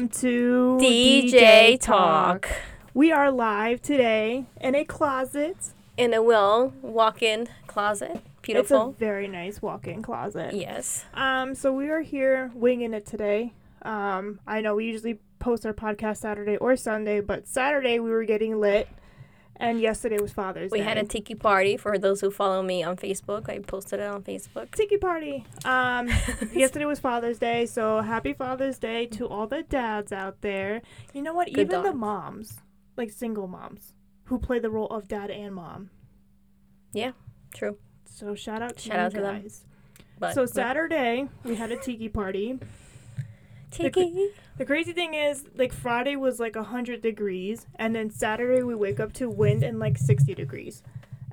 Welcome to DJ Talk. We are live today in a closet. In a will walk in closet. It's a Beautiful. very nice walk-in closet. yes. Um, so we are here winging it today. Um, I know we usually post our podcast Saturday or Sunday, but Saturday we were getting lit, and yesterday was Father's We Day. had a tiki party for those who follow me on Facebook. I posted it on Facebook. tiki party. Um, yesterday was Father's Day, so happy Father's Day to all the dads out there. You know what? Good Even the dogs. moms, like single moms, who play the role of dad and mom. Yeah, true. So shout out to Shout you out to them. guys. But So Saturday we had a tiki party. tiki. The crazy thing is, like Friday was like hundred degrees, and then Saturday we wake up to wind and like sixty degrees,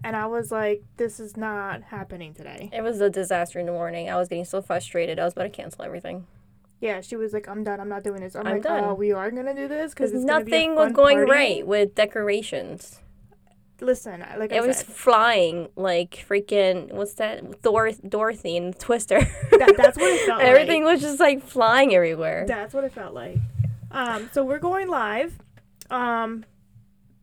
and I was like, this is not happening today. It was a disaster in the morning. I was getting so frustrated. I was about to cancel everything. Yeah, she was like, I'm done. I'm not doing this. I'm, I'm like, done. oh, we are gonna do this because Because nothing was going right with decorations. Listen, I- like I It was said, flying like freaking what's that? Dor- Dorothy and Twister. That- that's what it felt like. Everything was just like flying everywhere. That's what it felt like. Um, so we're going live. Um,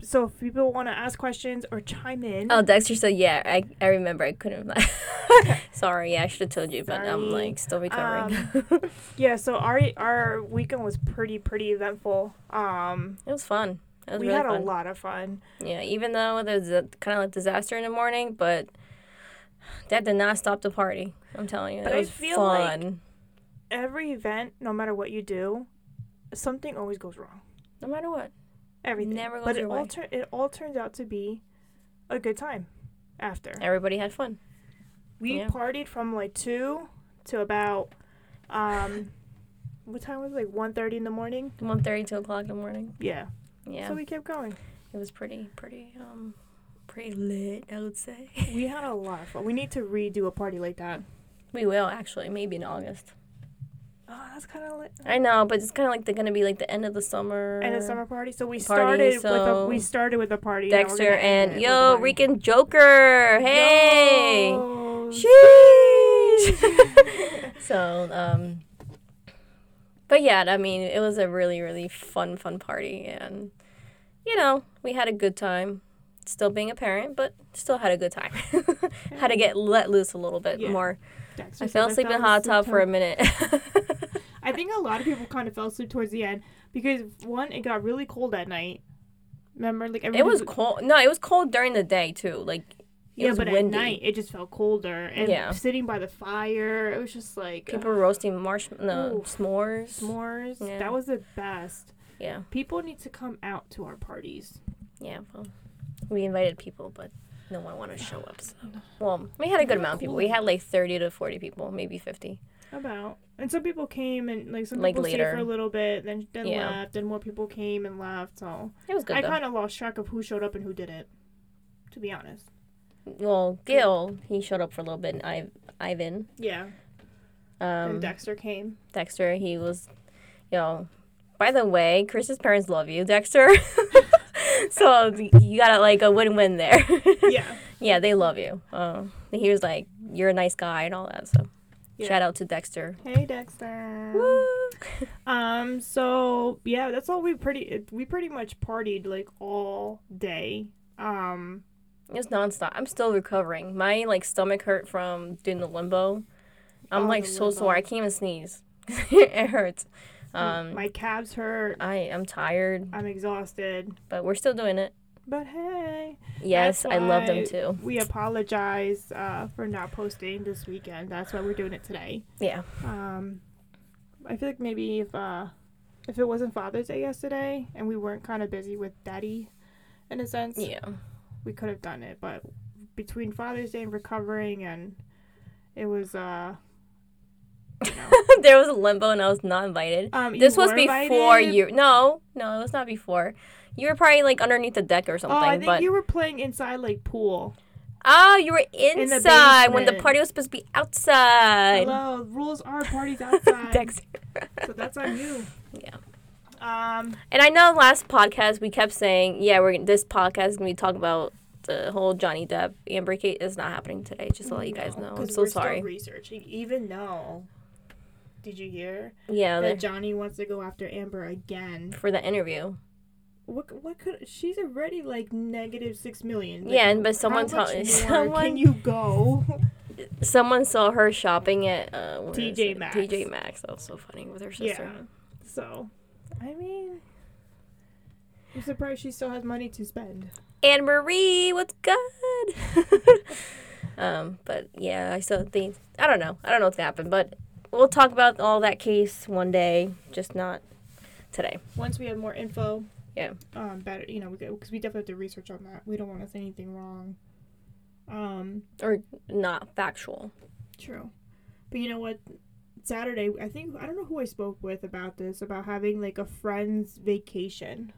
so if people want to ask questions or chime in, Oh, Dexter said, yeah, I, I remember. I couldn't. Sorry, yeah, I should have told you, but I'm Sorry. Um, like still recovering. yeah. So our our weekend was pretty pretty eventful. Um, it was fun. It was we really had fun. a lot of fun. Yeah, even though there was a kind of like disaster in the morning, but that did not stop the party. I'm telling you, But it I was feel like- fun. Every event, no matter what you do, something always goes wrong. no matter what, Everything. Never goes but it your all way. tur- it all turns out to be a good time. After everybody had fun. we Yeah. partied from like two to about um, what time was it? like one thirty in the morning. One thirty, two o'clock in the morning. Yeah. Yeah, So we kept going. it was pretty, pretty, um, pretty lit. I would say. We had a lot of fun. We need to redo a party like that. we will actually, maybe in August. Oh, that's kind of lit. I know, but it's kind of like they're gonna be like the end of the summer. And a summer party. So we Party, started with a so- we started with a party. now we're Dexter gonna end it and with a yo, party. Rican Joker. Hey. Yo. Sheesh. so, um, but yeah, I mean, it was a really, really fun, fun party, and you know, we had a good time. Still being a parent, but still had a good time. had to get let loose a little bit Yeah. more. Dexter I says fell asleep in a fell hot asleep tub for a to- minute. I think a lot of people kind of fell asleep towards the end because one, it got really cold that night. Remember, like it everybody was cold. No, it was cold during the day too. Like it yeah, was but windy. at night it just felt colder. And Yeah. sitting by the fire, it was just like people were roasting marshmallows, no, Ooh. s'mores. s'mores. Yeah. That was the best. Yeah, People need to come out to our parties. yeah. Well, we invited people, but no one wanted to show up. So. Well, we had a good amount of people. We had like thirty to forty people, maybe fifty. About and some people came and like some Like, people stayed for later. a little bit, then then Yeah. left, and more people came and left. So It was good I though. kind of lost track of who showed up and who didn't, to be honest. well, Gil, he showed up for a little bit. And I, Ivan, Yeah, um, and Dexter came. Dexter, he was, you know. By the way, Chris's parents love you, Dexter. so you got like a win-win there. Yeah, yeah, they love you. Uh, he was like, "You're a nice guy" and all that. So, Yeah. shout out to Dexter. hey Dexter. Woo! Um, so yeah, that's all we pretty it- we pretty much partied like all day. Um, It was nonstop. I'm still recovering. My like stomach hurt from doing the limbo. I'm Oh, like the so limbo. sore. I can't even sneeze. it hurts. Um, my calves hurt. I am tired, I'm exhausted. but we're still doing it. But hey, Yes, I love why them too. we apologize uh, for not posting this weekend. That's why we're doing it today. Yeah, Um, I feel like maybe if uh, if it wasn't Father's Day yesterday and we weren't kind of busy with Daddy, in a sense, yeah. we could have done it. But between Father's Day and recovering, and it was uh, there was a limbo, and I was not invited. um, you this was were before invited. you. No, no, it was not before. You were probably like underneath the deck or Oh, I something. think but you were playing inside like pool. oh, you were the inside when the basement. party was supposed to be outside. Hello, rules are parties outside. Dexter. So that's on you. Yeah. Um, And I know last podcast we kept saying, yeah, we're gonna- this podcast is gonna be talking about the whole Johnny Depp Amber Kate is not happening today. Just to let you guys know, I'm Mm, 'cause so we're still sorry. researching, even though. Did you hear yeah, that the, Johnny wants to go after Amber again? for the interview. What? c- What could? She's already like negative six million. Like, Yeah, and but how someone much told more someone Can you go? someone saw her shopping at uh, what is TJ it? Maxx. TJ Maxx. That was so funny with her sister. Yeah. So, I mean, I'm surprised she still has money to spend. Anne Marie, what's good? um, but yeah, I still think I don't know. I don't know what's gonna happen, but we'll talk about all that case one day, just not today. Once we have more info, Yeah. um, better, you know, because we definitely have to research on that. We don't want to say anything wrong. Um, Or not factual. true, but you know what? Saturday, I think I don't know who I spoke with about this about having like a friend's vacation,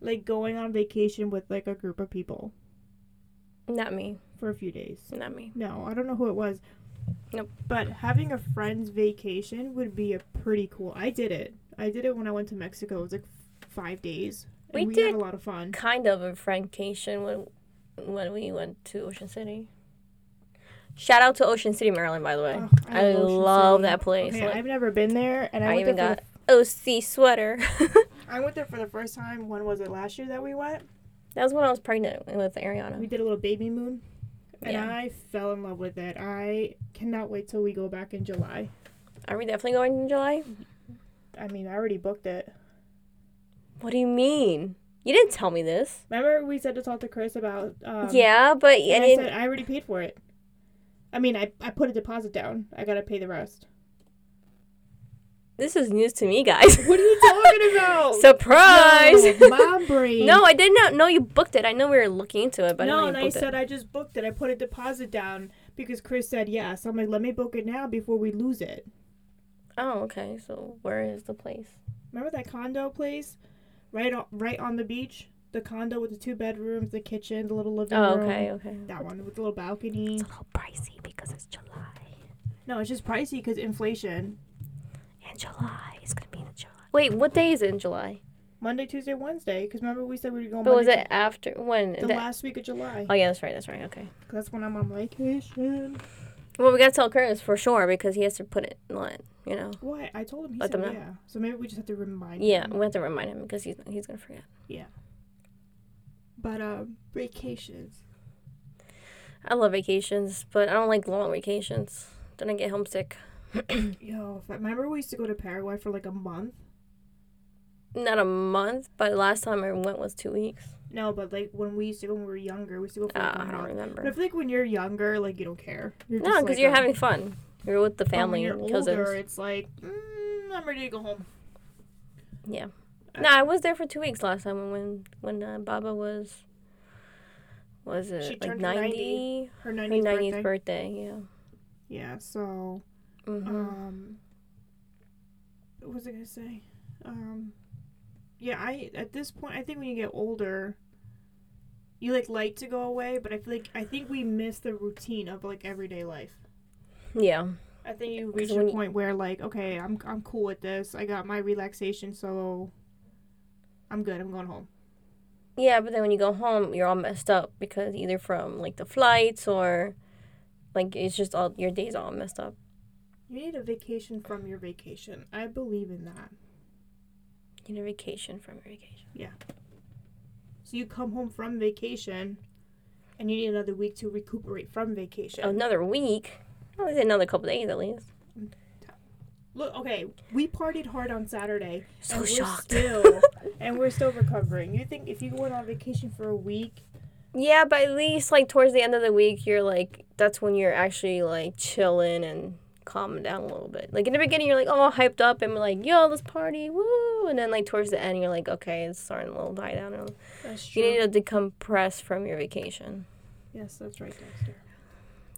like going on vacation with like a group of people Not me. for a few days. Not me. No, I don't know who it was. Nope. But having a friend's vacation would be a pretty cool. I did it. I did it when I went to Mexico. It was like f- five days. and We we did- had a lot of fun. Kind of a frankation when when we went to Ocean City. Shout out to Ocean City, Maryland, by the way. Ugh, I, Oh, Ocean love City. that place. Okay, Like, I've never been there, and I, I went even there for got OC sweater. the, I went there for the first time. When was it? Last year that we went. that was when I was pregnant with Ariana. We did a little baby moon, and Yeah. I fell in love with it. I cannot wait till we go back in July. Are we definitely going in July? I mean, I already booked it. What do you mean? You didn't tell me this. Remember, we said to talk to Chris about um, yeah, but I And I didn't. said I already paid for it. I mean, I, I put a deposit down. I gotta pay the rest. this is news to me, guys. What are you talking about? Surprise! No, mom brain. No, I did not know you booked it. I know we were looking into it, but no. I And know I you booked said I just booked it. I put a deposit down because Chris said yes. I'm like, let me book it now before we lose it. it. Oh, okay. So where is the place? Remember that condo place, right on right on the beach. The condo with the two bedrooms, the kitchen, the little living Oh, room. okay, okay. That one with the little balcony. It's a little pricey because it's July, No, it's just pricey because inflation. and July is gonna be in July. Wait, what day is it in July? Monday, Tuesday, Wednesday. Because remember we said we were going. But was Monday, it after when? the the- last week of July? oh yeah, that's right. That's right. Okay. That's when I'm on vacation. Well, we gotta tell Curtis for sure because he has to put it on. it, You know. What? I told him he Let said them know. yeah. So maybe we just have to remind Yeah, him. we have to remind him because he's he's gonna forget. But um, vacations. I love vacations, but I don't like long vacations. Then I get homesick. Yo, if I remember we used to go to Paraguay for like a month. Not a month, but last time I went was two weeks. No, but like when we used to go when we were younger, we used to go for Uh, like a I don't month. remember. But I feel like when you're younger, like you don't care. You're No, because like, you're um, having fun. You're with the but family, When you're cousins. older, it's like mm, I'm ready to go home. Yeah. No, I was there for two weeks last time when when uh, Baba was was it She like turned 90? ninety. Her Her 90th, 90th birthday. birthday. yeah. Yeah. So Mm-hmm. um, what was I gonna say? Um, yeah, I at this point, I think when you get older, you like like to go away, but I feel like I think we miss the routine of like everyday life. yeah. I think you 'Cause reach when a you- point where like, okay, I'm I'm cool with this. I got my relaxation, so I'm good. I'm going home. Yeah, but then when you go home, you're all messed up because either from like the flights or like it's just all your days all messed up. You need a vacation from your vacation. I believe in that. You need a vacation from your vacation. So you come home from vacation, and you need another week to recuperate from vacation. Another week. Well, it's another couple days at least. Look, okay, we partied hard on Saturday. So and we're shocked. Still, and we're still recovering. You think if you went on vacation for a week, Yeah, but at least like towards the end of the week, you're like that's when you're actually like chilling and calming down a little bit. Like in the beginning, you're like oh, all hyped up and like yo, let's party, woo, and then like towards the end, you're like okay, it's starting to little die down. And that's true. You need to decompress from your vacation. yes, that's right, Dexter.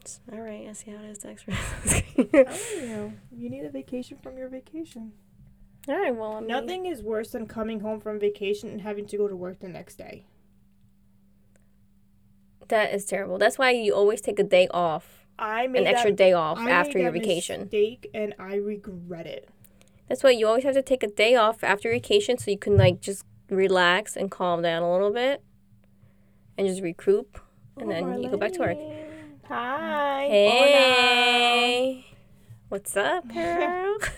It's- All right, I see how it is, Dexter. I'm telling you, you need a vacation from your vacation. all right, well, I mean, Nothing is worse than coming home from vacation and having to go to work the next day. That is terrible. That's why you always take a day off, I made an extra that, day off I made after your that vacation. mistake, and I regret it. That's why you always have to take a day off after vacation so you can like just relax and calm down a little bit. and just recoup, and then you go back to work. Hi. Hey, what's up, girl?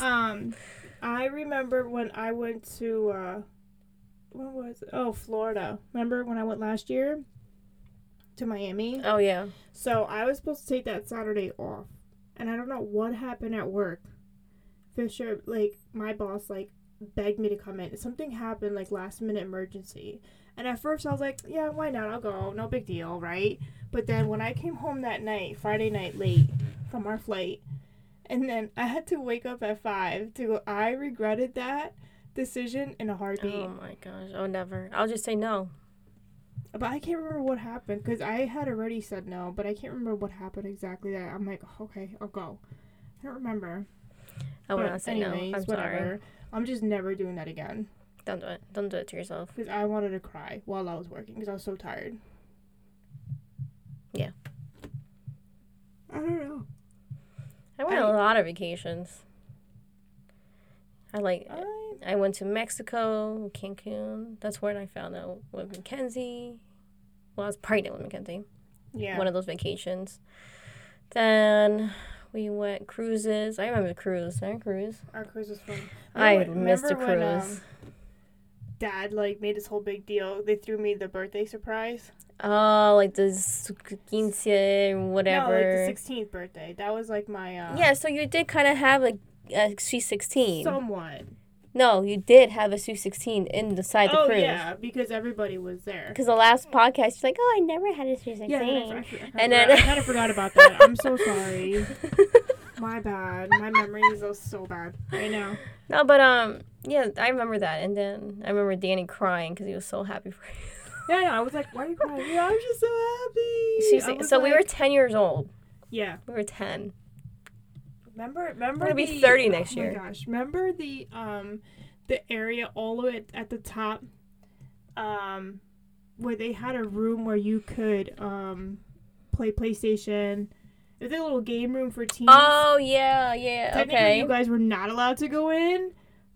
Um, I remember when I went to uh, what was it? oh Florida. Remember when I went last year to Miami? oh yeah, So I was supposed to take that Saturday off, and I don't know what happened at work. Fisher, like my boss, like begged me to come in. Something happened, like last minute emergency. And at first I was like, yeah, why not? I'll go. No big deal, right? But then when I came home that night, Friday night late from our flight, and then I had to wake up at five to go. I regretted that decision in a heartbeat. Oh my gosh, oh never. I'll just say no. But I can't remember what happened because I had already said no, but I can't remember what happened exactly. That I'm like, okay, I'll go. I don't remember. I would But not say no. I'm sorry. I'm just never doing that again Don't do it. Don't do it to yourself. because I wanted to cry while I was working because I was so tired. Yeah. I don't know. I went I- on a lot of vacations. I like. I I went to Mexico, Cancun. That's when I found out with Mackenzie. Well, I was pregnant with Mackenzie. yeah. One of those vacations. Then we went cruises. I remember the cruise. I cruise. Our cruise was fun. I Remember- missed a remember when, cruise. um, Dad like made this whole big deal. They threw me the birthday surprise. Oh, like the s- quince, No, like whatever. the 16th birthday. That was like my uh, yeah, so you did kind of have like a C sixteen. somewhat. no, you did have a C sixteen in the side of the oh cruise. yeah, because everybody was there. Because the last podcast, you're like, oh, I never had a C sixteen. Yeah, that's actually- I And forgot- then- I kind of forgot about that. I'm so sorry. My bad. My memory is so- so bad right now. No, but um, yeah, I remember that, and then I remember Danny crying because he was so happy for you. Yeah, no, I was like, why are you crying? Yeah, I'm just so happy. She was- I was so we were like- ten years old. yeah. We were ten. Remember, remember. gonna be the- 30 next year. Oh my gosh! Remember the um, the area all the way at, at the top, um, where they had a room where you could um, play PlayStation. It was a little game room for teens. Oh yeah, yeah. Technically, Okay. you guys were not allowed to go in,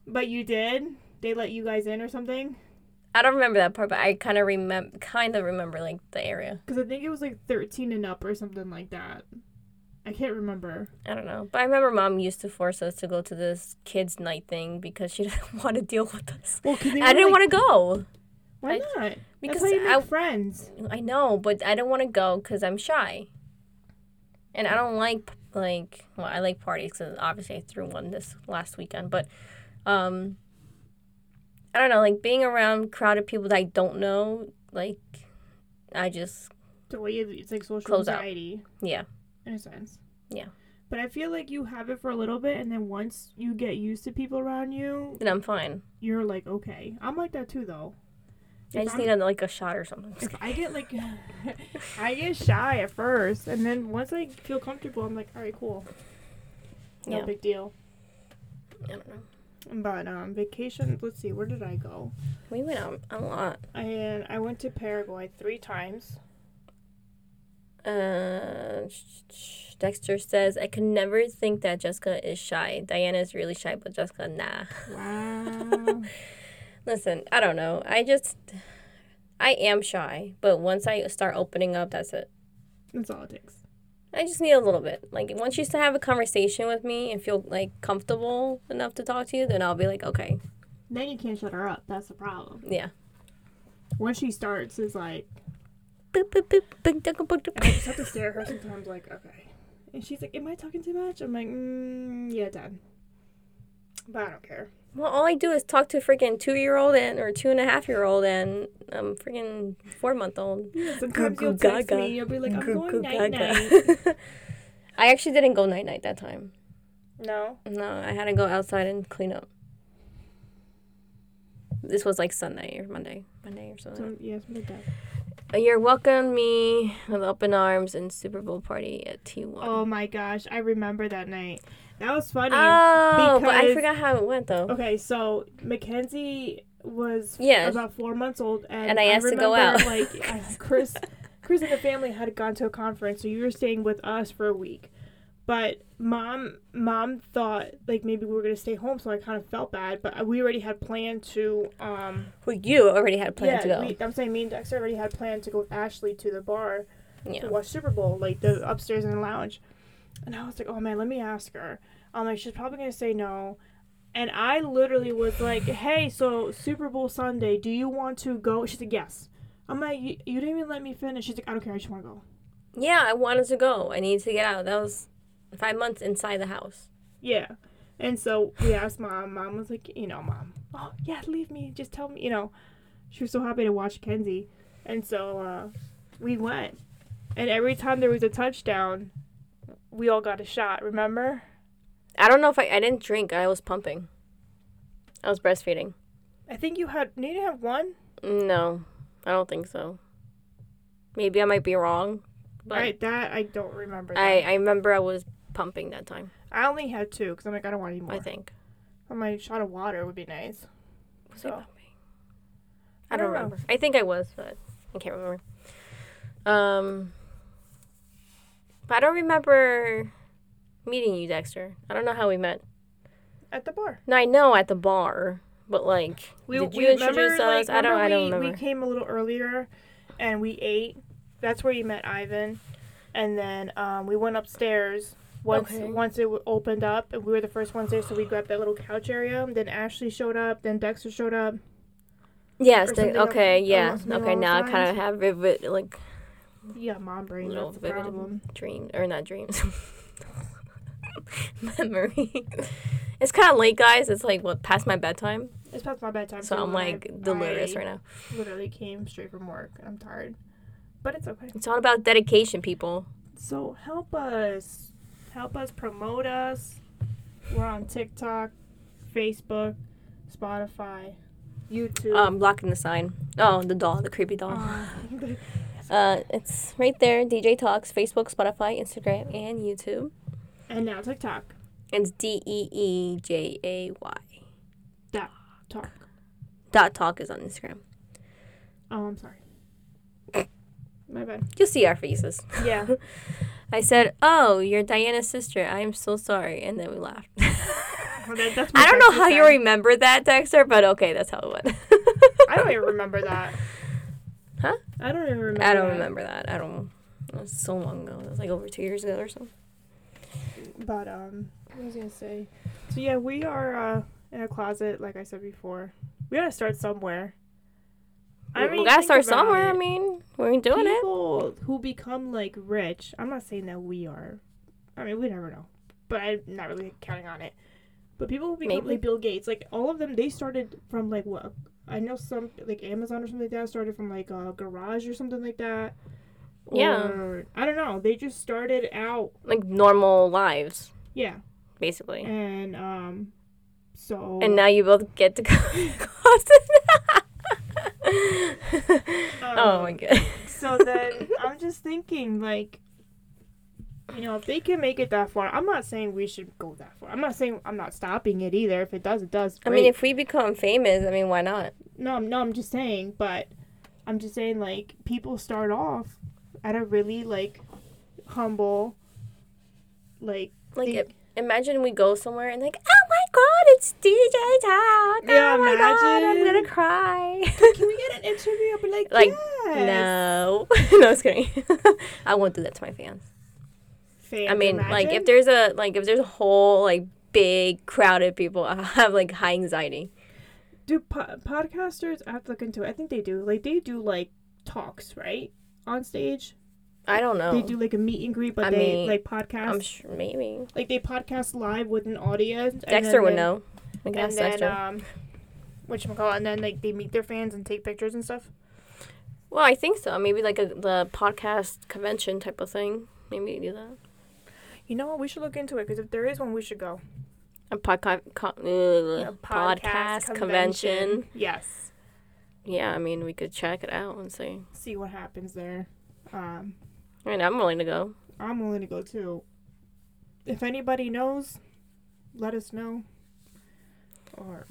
but you did. They let you guys in or something. I don't remember that part, but I kind of remember, kind of remember like the area. Because I think it was like 13 and up or something like that. I can't remember. I don't know, but I remember mom used to force us to go to this kids' night thing because she didn't want to deal with us. Well, cause I didn't want to go. to. Why I- not? Because because That's how you make I- friends. I know, but I don't want to go because I'm shy, and I don't like like well, I like parties because obviously I threw one this last weekend, but um, I don't know, like being around crowded people that I don't know, like I just The way you, it's like social Close out. anxiety, yeah, in a sense. Yeah. But I feel like you have it for a little bit, and then once you get used to people around you, then I'm fine. you're like, okay. I'm like that too, though. I If just I'm- need a, like a shot or something. if I get like, I get shy at first, and then once I feel comfortable, I'm like, all right, cool. No Yeah. big deal. I don't know. But um, vacation. Let's see, where did I go? We went out a lot. And I went to Paraguay three times. Uh, sh- sh- Dexter says I can never think that Jessica is shy. Diana is really shy, but Jessica nah. Wow. Listen, I don't know. I just, I am shy, but once I start opening up, that's it. That's all it takes. I just need a little bit. Like, once you start have a conversation with me and feel like comfortable enough to talk to you, then I'll be like, okay, Then you can't shut her up. That's the problem. yeah. Once she starts, it's like Boop, boop, boop, boop, boop, boop, boop. I just have to stare at her sometimes. Like okay, and she's like, "Am I talking too much?" I'm like, mm, "Yeah, Dad." But I don't care. Well, all I do is talk to a freaking two year old and or two and a half year old and um freaking four month old. Sometimes goo you'll text gaga. me. You'll be like, "I'm Goo going goo night night." gaga. I actually didn't go night night that time. No. No, I had to go outside and clean up. This was like Sunday or Monday, Monday or So something. yes, my dad. You're welcome me with open arms and Super Bowl party at T1. Oh my gosh, I remember that night. That was funny. Oh, but I because- forgot how it went though. Okay, so Mackenzie was Yes. about four months old, and, And I asked to go remember, out. like I- Chris, Chris and the family had gone to a conference, so you were staying with us for a week. But mom, mom thought like maybe we were gonna stay home, so I kind of felt bad. But we already had planned to. Um, Well, you already had planned to yeah, go. we, I'm saying me and Dexter already had planned to go with Ashley to the bar yeah. to watch Super Bowl, like the upstairs in the lounge. And I was like, oh man, let me ask her. I'm like, she's probably gonna say no. And I literally was like, hey, so Super Bowl Sunday, do you want to go? She's like, yes. I'm like, you, you didn't even let me finish. She's like, I don't care, I just want to go. Yeah, I wanted to go. I needed to get out. That was five months inside the house. Yeah. And so we asked mom. Mom was like, you know, mom, oh, yeah, leave me. Just tell me, you know. She was so happy to watch Kenzie. And so uh, we went. And every time there was a touchdown, we all got a shot, remember? I don't know if I, I didn't drink. I was pumping. I was breastfeeding. I think you had, did you have one? No, I don't think so. Maybe I might be wrong, but Right, that I don't remember. I, that. I remember I was pumping that time, I only had two because I'm like, I don't want any more. I think. Oh, my shot of water would be nice. Was So, I pumping? I don't I don't know. remember. I think I was, but I can't remember. Um, but I don't remember meeting you, Dexter. I don't know how we met. at the bar. No, I know at the bar, but like, did you introduce remember, us? like, I don't. I don't we, remember. We came a little earlier, and we ate. That's where you met Ivan, and then um, we went upstairs. Once Okay. once it w- opened up, and we were the first ones there, so we grabbed that little couch area. Then Ashley showed up. Then Dexter showed up. yes. or the- something al- okay. yeah. along- something Okay. along Now I those kind of lines. have vivid like Yeah, mom brain. little That's the vivid problem. dreams or not dreams. Memory. it's kind of late, guys. It's like what past my bedtime, It's past my bedtime. so I'm like delirious right now. now. Literally came straight from work, and I'm tired, but it's okay. It's all about dedication, people. So help us. Help us promote us. We're on TikTok, Facebook, Spotify, YouTube. Oh, I'm blocking the sign. Oh, the doll, the creepy doll. Uh, Uh, it's right there. DJ Talks, Facebook, Spotify, Instagram, and YouTube. and now TikTok. It's D E E J A Y. Talk. Dot Talk is on Instagram. Oh, I'm sorry. My bad. You'll see our faces. Yeah. I said, "Oh, you're Diana's sister. I am so sorry," and then we laughed. that- that's I what don't know Dexter how you said. remember that, Dexter, but okay, that's how it went. I don't even remember that. Huh? I don't even remember. I don't that. remember that. I don't. It was so long ago. It was like over two years ago or something. But um, what was I gonna say? So yeah, we are uh in a closet, like I said before. We gotta start somewhere. We- we gotta think start about somewhere. it. I mean, we're doing it. people who become like rich. I'm not saying that we are. I mean, we never know, but I'm not really counting on it. But people who become Maybe. like Bill Gates, like all of them, they started from like what I know some like Amazon or something like that started from like a garage or something like that. Yeah. Or- I don't know. They just started out. Like normal lives, Yeah. basically. And um, so And now you both get to go. oh my god. um, so then I'm just thinking like you know if they can make it that far I'm not saying we should go that far I'm not saying I'm not stopping it either if it does it does I mean, great. if we become famous, I mean, why not? no I'm- no I'm just saying but I'm just saying like people start off at a really like humble like Like, Think- i- imagine we go somewhere and like, oh my god, it's DJ Talk. Yeah, oh my god, I'm imagine. gonna cry. can we get an interview I'll be like Like, yes. No, no, I was kidding. I won't do that to my fans. Fans, I mean, like imagine. if there's a like if there's a whole like big crowded people, I have like high anxiety. do po- podcasters I have to look into it I think they do like they do like talks right on stage I don't know. they do like a meet and greet but Oh. I they mean, like podcast I'm sure maybe like they podcast live with an audience. and Dexter then would they- know. We can And ask then Dexter. um, which call and then like they meet their fans and take pictures and stuff. well, I think so. Maybe like a, the podcast convention type of thing. Maybe do that. You know what? We should look into it because if there is one, we should go. A podcast A podcast convention. Yes. Yeah, I mean, we could check it out and see. See what happens there. Um, I mean, I'm willing to go. I'm willing to go too. If anybody knows, let us know. Or,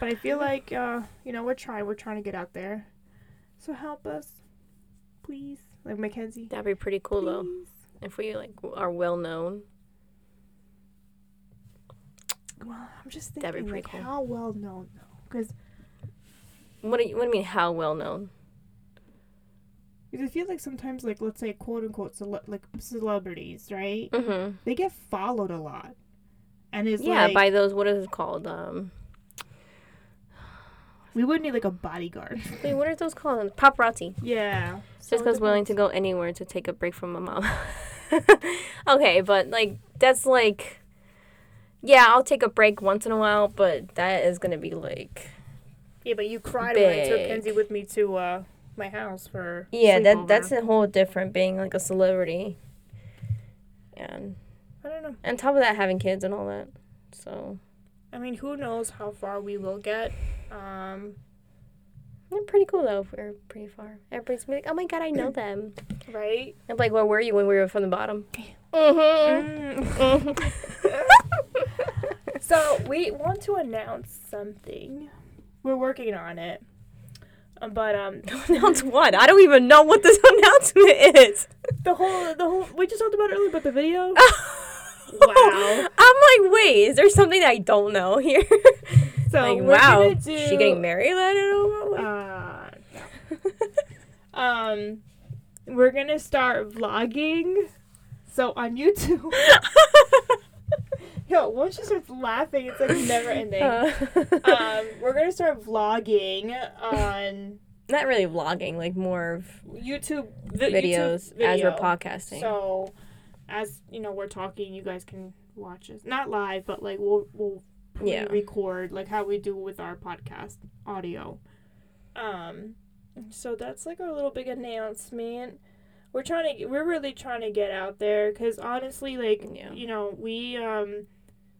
but I feel like uh, you know we're trying. We're trying to get out there, so help us, please. Like Mackenzie. That'd be pretty cool, though. Please. if we like w- are well known. Well, I'm just thinking That'd be like, pretty cool. how well known though, because What do you, what do you mean? How well known? because I feel like sometimes like let's say quote unquote cele- like celebrities, right? Mm-hmm. They get followed a lot, and it's Yeah, like by those. What is it called? Um, we would need like a bodyguard. wait, what are those called? Paparazzi. yeah, Just because willing to go anywhere to take a break from my mom. okay, but like that's like, yeah, I'll take a break once in a while, but that is gonna be like, Yeah, but you cried when I took Big. Kenzie with me to uh, my house for yeah, sleepover. that that's a whole different being like a celebrity, and I don't know. on top of that, having kids and all that. So I mean, who knows how far we will get? Um, yeah, pretty cool though. If we're pretty far. Everybody's gonna be like, oh my god, I know them. right? I'm like, where were you when we were from the bottom? Mm-hmm. so we want to announce something. We're working on it, Um, but um, Announce what? I don't even know what this announcement is. the whole the whole we just talked about it earlier, but the video. wow. I'm like, wait, is there something I don't know here? So like, we're wow, gonna do, she getting married? I don't know. Uh, um, we're gonna start vlogging. So on YouTube, yo, once she starts laughing, it's like never ending. Uh, um, we're gonna start vlogging on not really vlogging, like more of YouTube vi- videos YouTube as we're video. podcasting. So, as you know, we're talking. You guys can watch us, not live, but like we'll we'll Yeah. record like how we do with our podcast audio. Um, so that's like our little big announcement. We're trying to we're really trying to get out there because honestly, like Yeah. you know, we um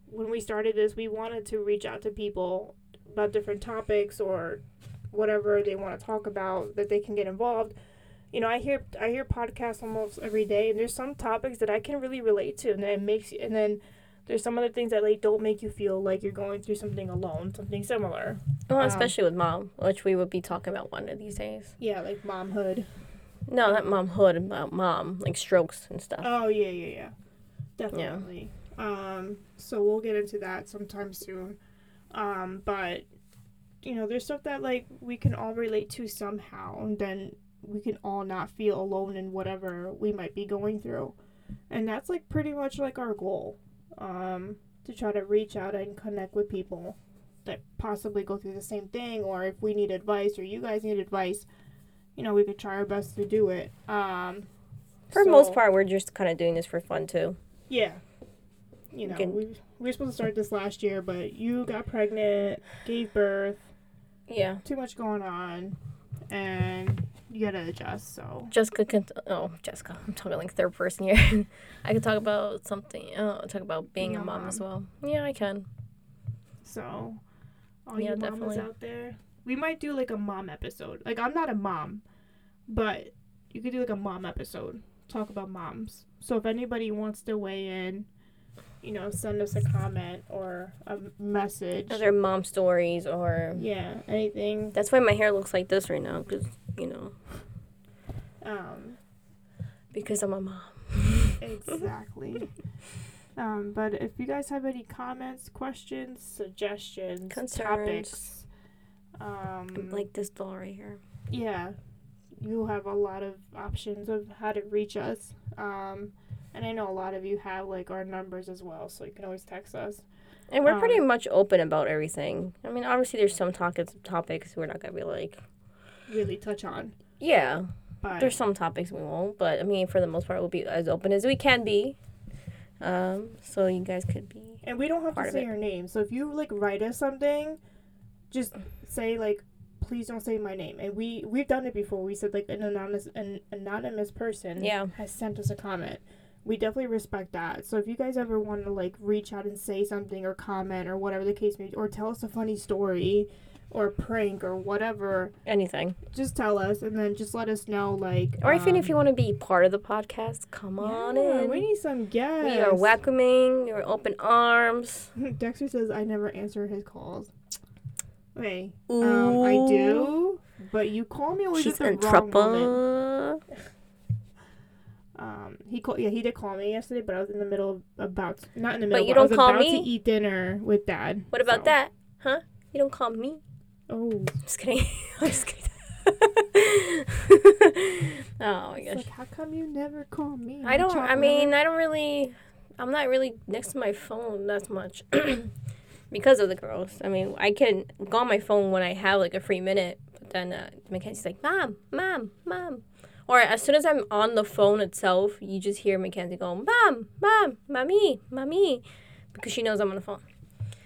when we started this, we wanted to reach out to people about different topics or whatever they want to talk about that they can get involved you know, I hear I hear podcasts almost every day, and there's some topics that I can really relate to, and then it makes you, and then there's some other things that like don't make you feel like you're going through something alone, something similar. well, um, especially with mom, which we would be talking about one of these days. Yeah, like momhood. No, not momhood, about mom, like strokes and stuff. Oh yeah, yeah, yeah, definitely. Um, so we'll get into that sometime soon. Um, but you know, there's stuff that like we can all relate to somehow, and then we can all not feel alone in whatever we might be going through, and that's like pretty much like our goal. Um, to try to reach out and connect with people that possibly go through the same thing, or if we need advice or you guys need advice, you know, we could try our best to do it. Um, for the most so- part, we're just kind of doing this for fun too. yeah. You know, can- we, we were supposed to start this last year, but you got pregnant, gave birth, Yeah. too much going on, and you gotta adjust, so. Jessica can. Oh, Jessica. I'm talking like third person here. I could talk about something. Oh, talk about being Being a a mom, mom. as well. Yeah, I can. So, all Yeah, you mamas definitely. out there, we might do like a mom episode. Like, I'm not a mom, but you could do like a mom episode. Talk about moms. So, if anybody wants to weigh in, you know, send us a comment or a message. Other mom stories, or Yeah, anything. that's why my hair looks like this right now, because you know, Um, because I'm a mom. Exactly. um, but if you guys have any comments, questions, suggestions, Concerns. topics, um, Like this doll right here. yeah, you have a lot of options of how to reach us. Um, and I know a lot of you have like our numbers as well, so you can always text us. And we're Um, pretty much open about everything. I mean, obviously, there's some topics topics we're not gonna be like. Really touch on, Yeah, but there's some topics we won't, but I mean, for the most part, we'll be as open as we can be. Um, so you guys could be. and we don't have part to of say it. your name. So if you like write us something, just say like, please don't say my name. And we we've done it before. We said like an anonymous an anonymous person Yeah. has sent us a comment. We definitely respect that. So if you guys ever want to like reach out and say something or comment or whatever the case may be, or tell us a funny story or a prank or whatever, Anything. just tell us and then just let us know like Or even if um, you want to be part of the podcast, come on yeah, in. we need some guests. We are welcoming. Your open arms. Dexter says I never answer his calls. Okay. Um, I do, but you call me always She's at the in wrong moment. trouble. Um, Um, he called. Yeah, he did call me yesterday, but I was in the middle of about not in the middle. you I was don't call about me? to eat dinner with dad. What about so- that? Huh? You don't call me? Oh, I'm just kidding. I'm just kidding. oh my it's gosh. like how come you never call me? I don't. I chocolate? mean, I don't really. I'm not really next to my phone that much because of the girls. I mean, I can go on my phone when I have like a free minute, but then uh, Mackenzie's like, "Mom, mom, mom," or as soon as I'm on the phone itself, you just hear Mackenzie go, "Mom, mom, mommy, mommy," because she knows I'm on the phone.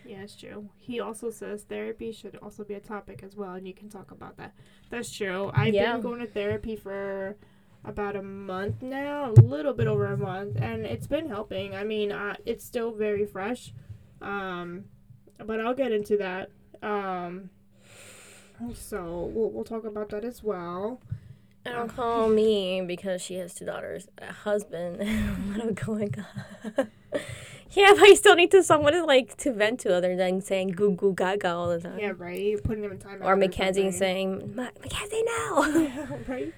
Yeah, it's true. He also says therapy should also be a topic as well, and you can talk about that. That's true. I've Yeah. been going to therapy for about a month now, a little bit over a month, and it's been helping. I mean, uh, it's still very fresh, um, but I'll get into that. Um, so we'll, we'll talk about that as well. I don't call me because she has two daughters, a husband, and a lot of going on. yeah, but you still need to someone to like to vent to other than saying goo goo gaga all the time. Yeah, right. Putting him in time. Or Mackenzie saying, "Ma- Mackenzie, no. right.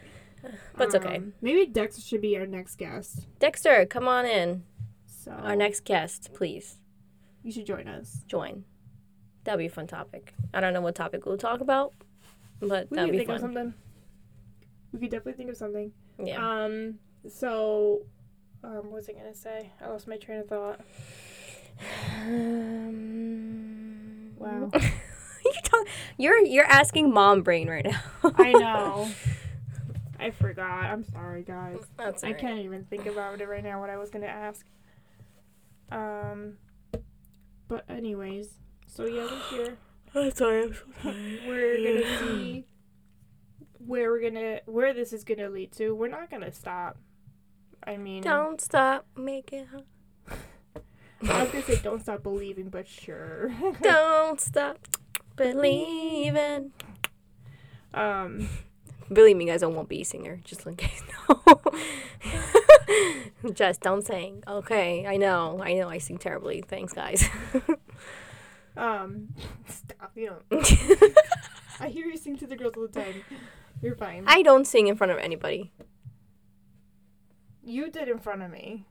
but it's okay. Um, Maybe Dexter should be our next guest. Dexter, come on in. So Our next guest, please you should join us. join. That'll be a fun topic. I don't know what topic we'll talk about, but We that'll could be think of fun. something. We could definitely think of something. Yeah. Um. So, um, what was I gonna say? I lost my train of thought. Um, Wow. you're, talk- you're you're asking mom brain right now. I know. I forgot. I'm sorry, guys. That's I can't even think about it right now. What I was gonna ask. Um. But anyways, so yeah, we're here. I'm sorry. We're gonna see where we're gonna where this is gonna lead to. We're not gonna stop. I mean, Don't stop making. I was gonna say don't stop believing, but sure. Don't stop believing. um. Believe me, guys, I won't be a singer. Just in case. No. just don't sing. Okay, I know. I know. I sing terribly. Thanks, guys. Um, stop. You don't. I hear you sing to the girls all the time. You're fine. I don't sing in front of anybody. you did in front of me.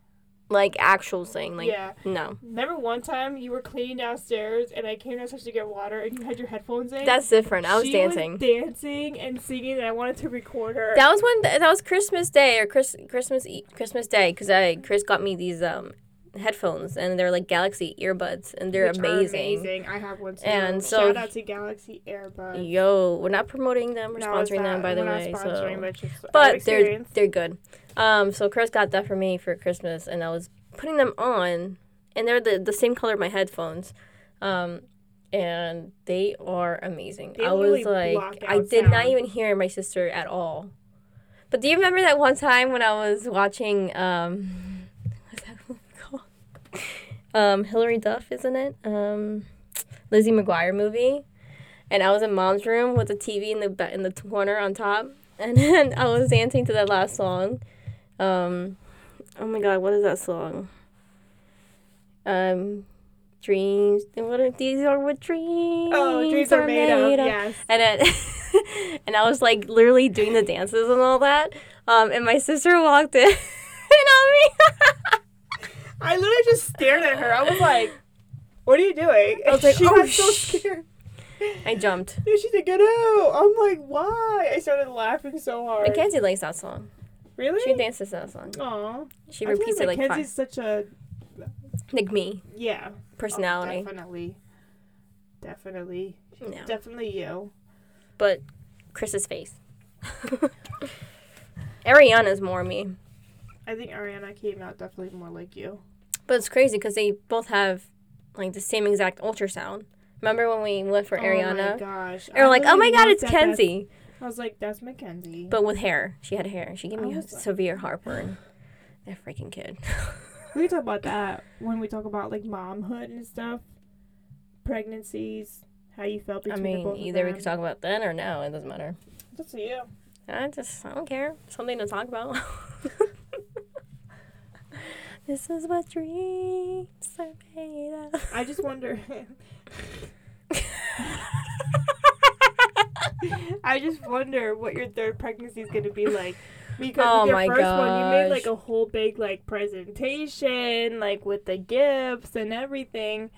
Like actual sing. Like Yeah. no. Remember one time you were cleaning downstairs and I came downstairs to get water and you had your headphones in? That's different. I was She dancing. dancing and singing and I wanted to record her. that was when that was Christmas Day or Chris Christmas E- Christmas Day because I Chris got me these um headphones and they're like Galaxy earbuds and they're which are amazing. amazing. I have one too. And so- shout out to Galaxy Airbud. Yo, we're not promoting them. We're No, it's sponsoring not- them, by the we're not way. sponsoring, so. but, just our but they're experience. they're good. Um, so Chris got that for me for Christmas, and I was putting them on, and they're the, the same color of my headphones, um, and they are amazing. They I was literally like, block I out did not sound. even hear my sister at all. But do you remember that one time when I was watching um, what's that movie called? Um, Hillary Duff, isn't it? Um, Lizzie McGuire movie and I was in mom's room with the TV in the ba- in the corner on top, and then I was dancing to that last song. Um, oh my god, what is that song? Um, dreams. What if these are what dreams? oh, dreams are made, of. Yes. And then, and I was like literally doing the dances and all that. Um, and my sister walked in. And on me, I literally just stared at her. I was like, "What are you doing?" I was like, she "Oh, got so sh- scared. I jumped. And she's like, "Get out!" I'm like, "Why?" I started laughing so hard. Mackenzie likes that song. really? She dances to that song. Aw. She I feel repeats it like Mackenzie's five. such a Like me, yeah Oh, personality. definitely, definitely, She's Yeah. definitely you. but Chris's face. Ariana's more me. I think Ariana came out definitely more like you. But it's crazy because they both have like the same exact ultrasound. Remember when we went for Oh my Ariana? gosh. And we're I like, oh really my god, loved it's that. That's- Kenzie. I was like, that's Mackenzie. But with hair. She had hair. She gave me I a was like- severe heartburn. That freaking kid. we can talk about that when we talk about like momhood and stuff, pregnancies, how you felt I between the mean, both either of we them. could talk about then or now. It doesn't matter. That's you. I just, I don't care. Something to talk about. this is what dreams are made of. I just wonder. I just wonder what your third pregnancy is going to be like. Because Oh with your my first one, you made like gosh. a whole big like presentation, like with the gifts and everything.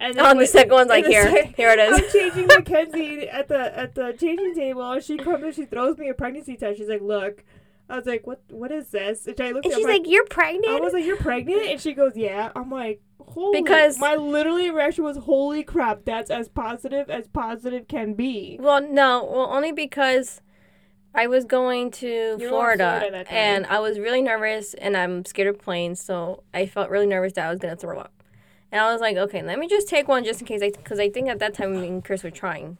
And Oh, and the with- second one's like and the here, sec- here it I'm is. changing Mackenzie at the at the changing table. and She comes and she throws me a pregnancy test. She's like, "Look," I was like, "What? What is this?" And I looked. at And her, she's I'm like, I "You're was pregnant." like, "You're pregnant," and she goes, "Yeah." I'm like, "Holy!" Because- my literally reaction was, "Holy crap! That's as positive as positive can be." Well, no, well only because I was going to were in Florida, Florida that time. and I was really nervous, and I'm scared of planes, so I felt really nervous that I was gonna throw up. And I was like, okay, let me just take one just in case, because I think at that time me and Chris were trying.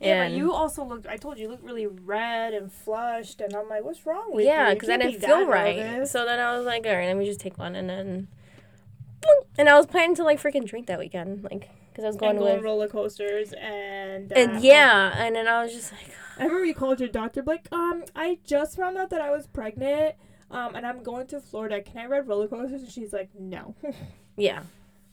Yeah, And- but you also looked. I told you, you looked really red and flushed, and I'm like, "What's wrong with you?" Yeah, You because I can't didn't be feel that right. nervous." So then I was like, all right, let me just take one, and then, boom. and I was planning to like freaking drink that weekend, like because I was going and go on with. roller coasters and, uh, And yeah, and then I was just like, I remember you called your doctor like, um, I just found out that I was pregnant, um, and I'm going to Florida. Can I ride roller coasters? And she's like, no. yeah.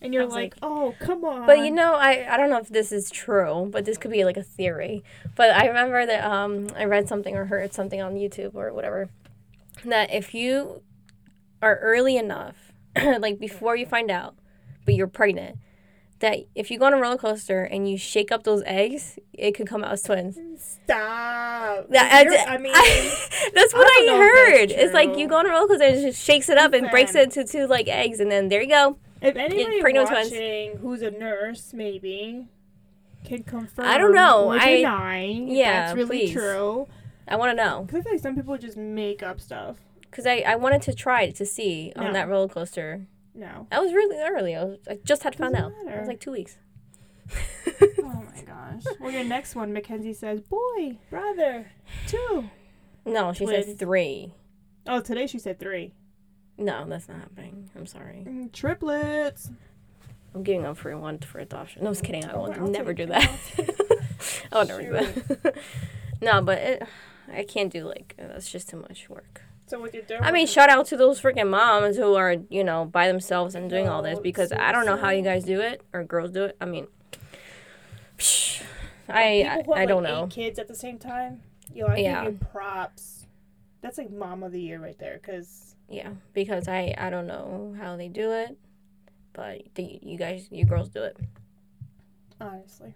and you're was like, like- oh, come on. But you know, I I don't know if this is true, but this could be like a theory. But I remember that um I read something or heard something on YouTube or whatever that if you are early enough, like before you find out, but you're pregnant, that if you go on a roller coaster and you shake up those eggs, it could come out as twins. stop. That- You're- I mean, that's what I I, don't know if heard. that's It's like true. you go on a roller coaster and it just shakes it up and breaks it Listen. into two like eggs, and then there you go. if anybody pregnant twins. watching who's a nurse, maybe can confirm. I don't know. Or I- deny. if Yeah, that's really please. true. I want to know Because I feel like some people just make up stuff. because I, I wanted to try it to see on No. that roller coaster. No. I was really early. I, was, I just had found out. Doesn't It was matter. like two weeks. Oh my gosh. well, your next one, Mackenzie says, boy, brother, two. no, she said Twins. three. Oh, today she said three. No, that's not happening. I'm sorry. Mm, Triplets. I'm giving up for one for adoption. No, I was kidding. I Oh, would I'll never do take that. I would never do that. no, but it, I can't do like uh, that's just too much work. So with your third I mean, shout out to those freaking moms who are, you know, by themselves and doing all this because I don't know how you guys do it or girls do it. I mean, I I, I don't know. kids at the same time. Yo, I Yeah. give you props. That's like mom of the year right there. Cause Yeah, because I I don't know how they do it, but the, you guys, you girls do it. honestly,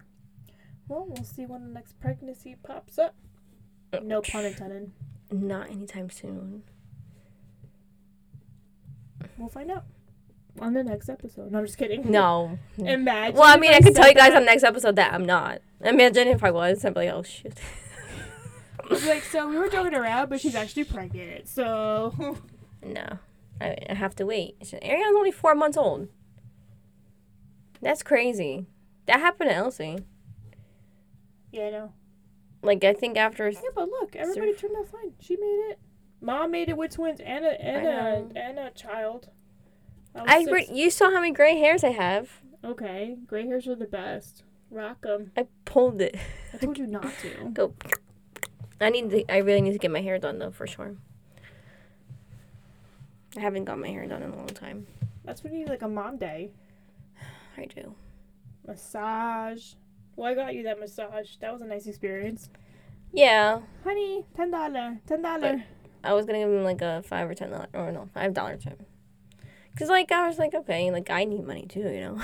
well, we'll see when the next pregnancy pops up. No pun intended. Not anytime soon. We'll find out on the next episode. No, I'm just kidding. No. Imagine. Well, I if mean, I could said tell you guys on that. the next episode that I'm not. Imagine if I was, I'd be like, oh shoot. It's like, so we were joking around, but she's actually pregnant. So No, I, I have to wait. She- Ariana's only four months old. That's crazy. That happened to Elsie. yeah, I know. Like I think after Yeah, but look, everybody turned out fine. She made it. Mom made it with twins and a and a know. and a child. was I six. re- you saw how many gray hairs I have. Okay, gray hairs are the best. Rock 'em. I pulled it. I told you not to. Go. I need to. I really need to get my hair done though for sure. I haven't got my hair done in a long time. That's when you need like a mom day I do. massage. Well, I got you that massage. That was a nice experience. Yeah, Honey, ten dollar, ten dollar. I was gonna give him like a five or ten dollar or no five dollar tip. Cause like I was like okay like I need money too you know.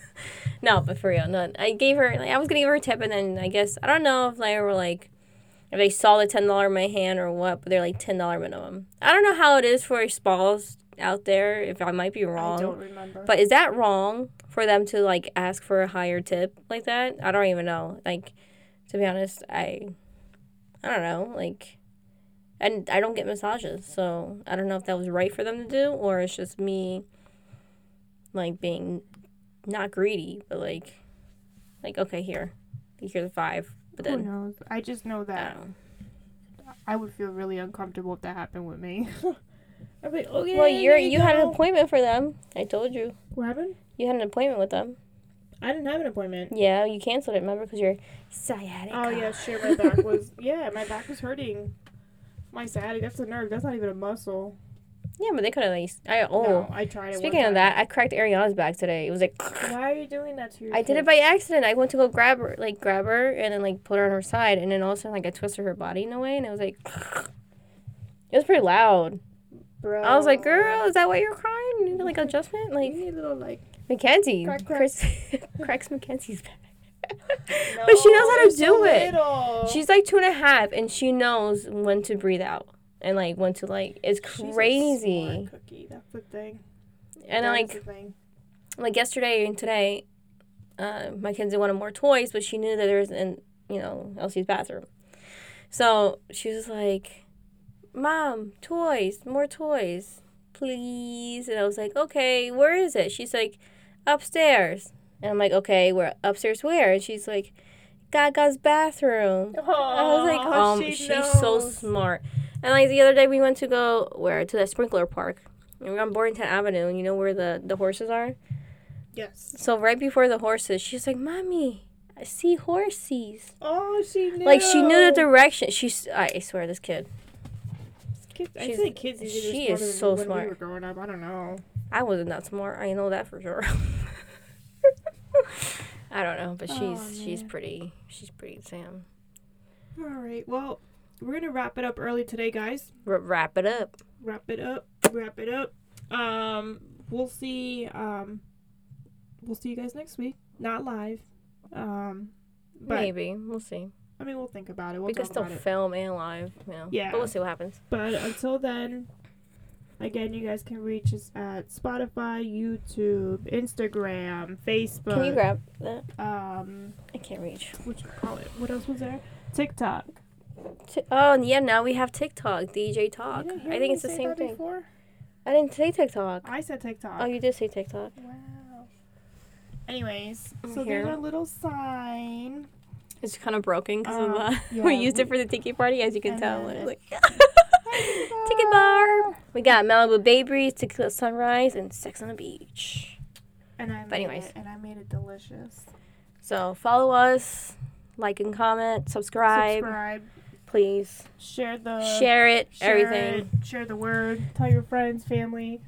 no, but for real, no. I gave her like I was gonna give her a tip and then I guess I don't know if they were like if they saw the ten dollar in my hand or what, but they're like ten dollar minimum. I don't know how it is for spas out there. If I might be wrong. I don't remember. But is that wrong for them to like ask for a higher tip like that? I don't even know. Like to be honest, I I don't know. Like and I don't get massages, so I don't know if that was right for them to do or it's just me like being not greedy, but like like okay, here. Here's a 5. But Who then knows? I just know I that don't know. I would feel really uncomfortable if that happened with me. I'd be like, okay. Well, you're there you had an go." appointment for them. I told you. What happened? You had an appointment with them. I didn't have an appointment. Yeah, you canceled it, remember? Because you're sciatica. Oh yeah, sure. My back was yeah, my back was hurting. My sciatic. That's a nerve. That's not even a muscle. Yeah, but they could have least. I oh. No, I tried it. Speaking one time. of that, I cracked Ariana's back today. It was like why are you doing that to your? I did it kid? by accident. I went to go grab her, like grab her, and then like put her on her side, and then all of a sudden like I twisted her body in a way, and it was like It was pretty loud. Bro. I was like, girl, is that why you're crying? You need like adjustment? You Like need a little like. Mackenzie. Mm-hmm. Crack, crack. Chris cracks Mackenzie's back. but she knows how to No, do it. little. She's like two and a half and she knows when to breathe out. And like when to like it's She's a crazy. smart cookie. That's the thing. And That like is the thing. like yesterday and today, uh, my kids wanted more toys, but she knew that there was in you know Elsie's bathroom, so she was like, "Mom, toys, more toys, please." And I was like, "Okay, where is it?" She's like, "Upstairs," and I'm like, "Okay, where upstairs where?" And she's like, "Gaga's bathroom." I was like, Aw, um, Oh, she she's so knows. smart. And like the other day, we went to go where to that sprinkler park. And we're on Boardington Avenue, and you know where the the horses are. Yes. So right before the horses, she's like, "Mommy, I see horses." Oh, she knew. Like she knew the direction. She's I swear this kid. Kids, I she's- feel like kids. these days are she smarter is than so when smart. We were growing up. I don't know. I wasn't that smart. I know that for sure. I don't know, but she's Aw, she's Oh, man. pretty she's pretty Sam. All right. Well, we're gonna wrap it up early today, guys. R- wrap it up. wrap it up wrap it up um we'll see um we'll see you guys next week not live um but Maybe we'll see. i mean we'll think about it we'll we could talk still about it film and live, you know. Yeah. but we'll see what happens. but until then again you guys can reach us at spotify youtube instagram facebook Can you grab that? um I can't reach. what you call it what else was there tiktok T- oh and yeah, now we have TikTok, DJ You Talk. didn't hear I me think it's the say same that thing. before? I didn't say TikTok. i said tiktok Oh, you did say TikTok. wow anyways I'm so here. there's a little sign It's kind of broken because Um, yeah. we used it for the tiki party, as you can And tell. then It's like, Ticket ticket bar. We got Malibu Bay Breeze, Tequila Sunrise, and Sex on the Beach. And I But made anyways. it, and I made it delicious. So follow us, like and comment, subscribe, Subscribe, please. share the share it, share everything. it, share the word. Tell your friends, family,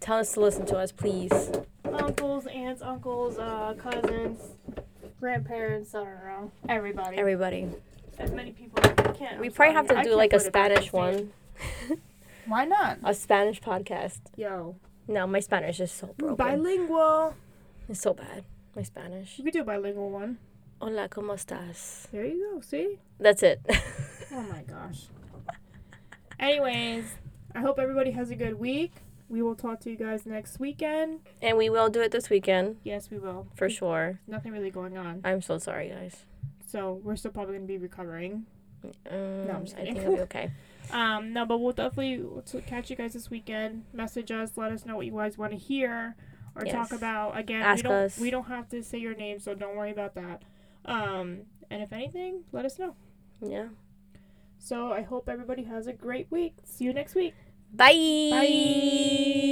Tell us to listen to us, please. uncles, aunts, uncles, uh, cousins, grandparents. I don't know. Everybody. Everybody. as many people as we can. We I'm probably sorry, have I to do can't like a put it back Spanish in the same- one, Why not? a Spanish podcast. Yo, No, my Spanish is so broken. bilingual. It's so bad. My Spanish. You could do a bilingual one. Hola, ¿cómo estás? There you go. See. That's it. Oh my gosh. Anyways, I hope everybody has a good week. We will talk to you guys next weekend. and we will do it this weekend, Yes, we will. for sure. Nothing really going on. I'm so sorry, guys. So we're still probably gonna be recovering. Um, I'm just I kidding. think I'll be okay. Um, no, but we'll definitely we'll t- catch you guys this weekend. Message us, let us know what you guys want to hear or talk Yes. about. Again, we Ask don't us. we don't have to say your name, so don't worry about that. Um, and if anything, let us know. Yeah. So I hope everybody has a great week. See you next week. Bye. Bye.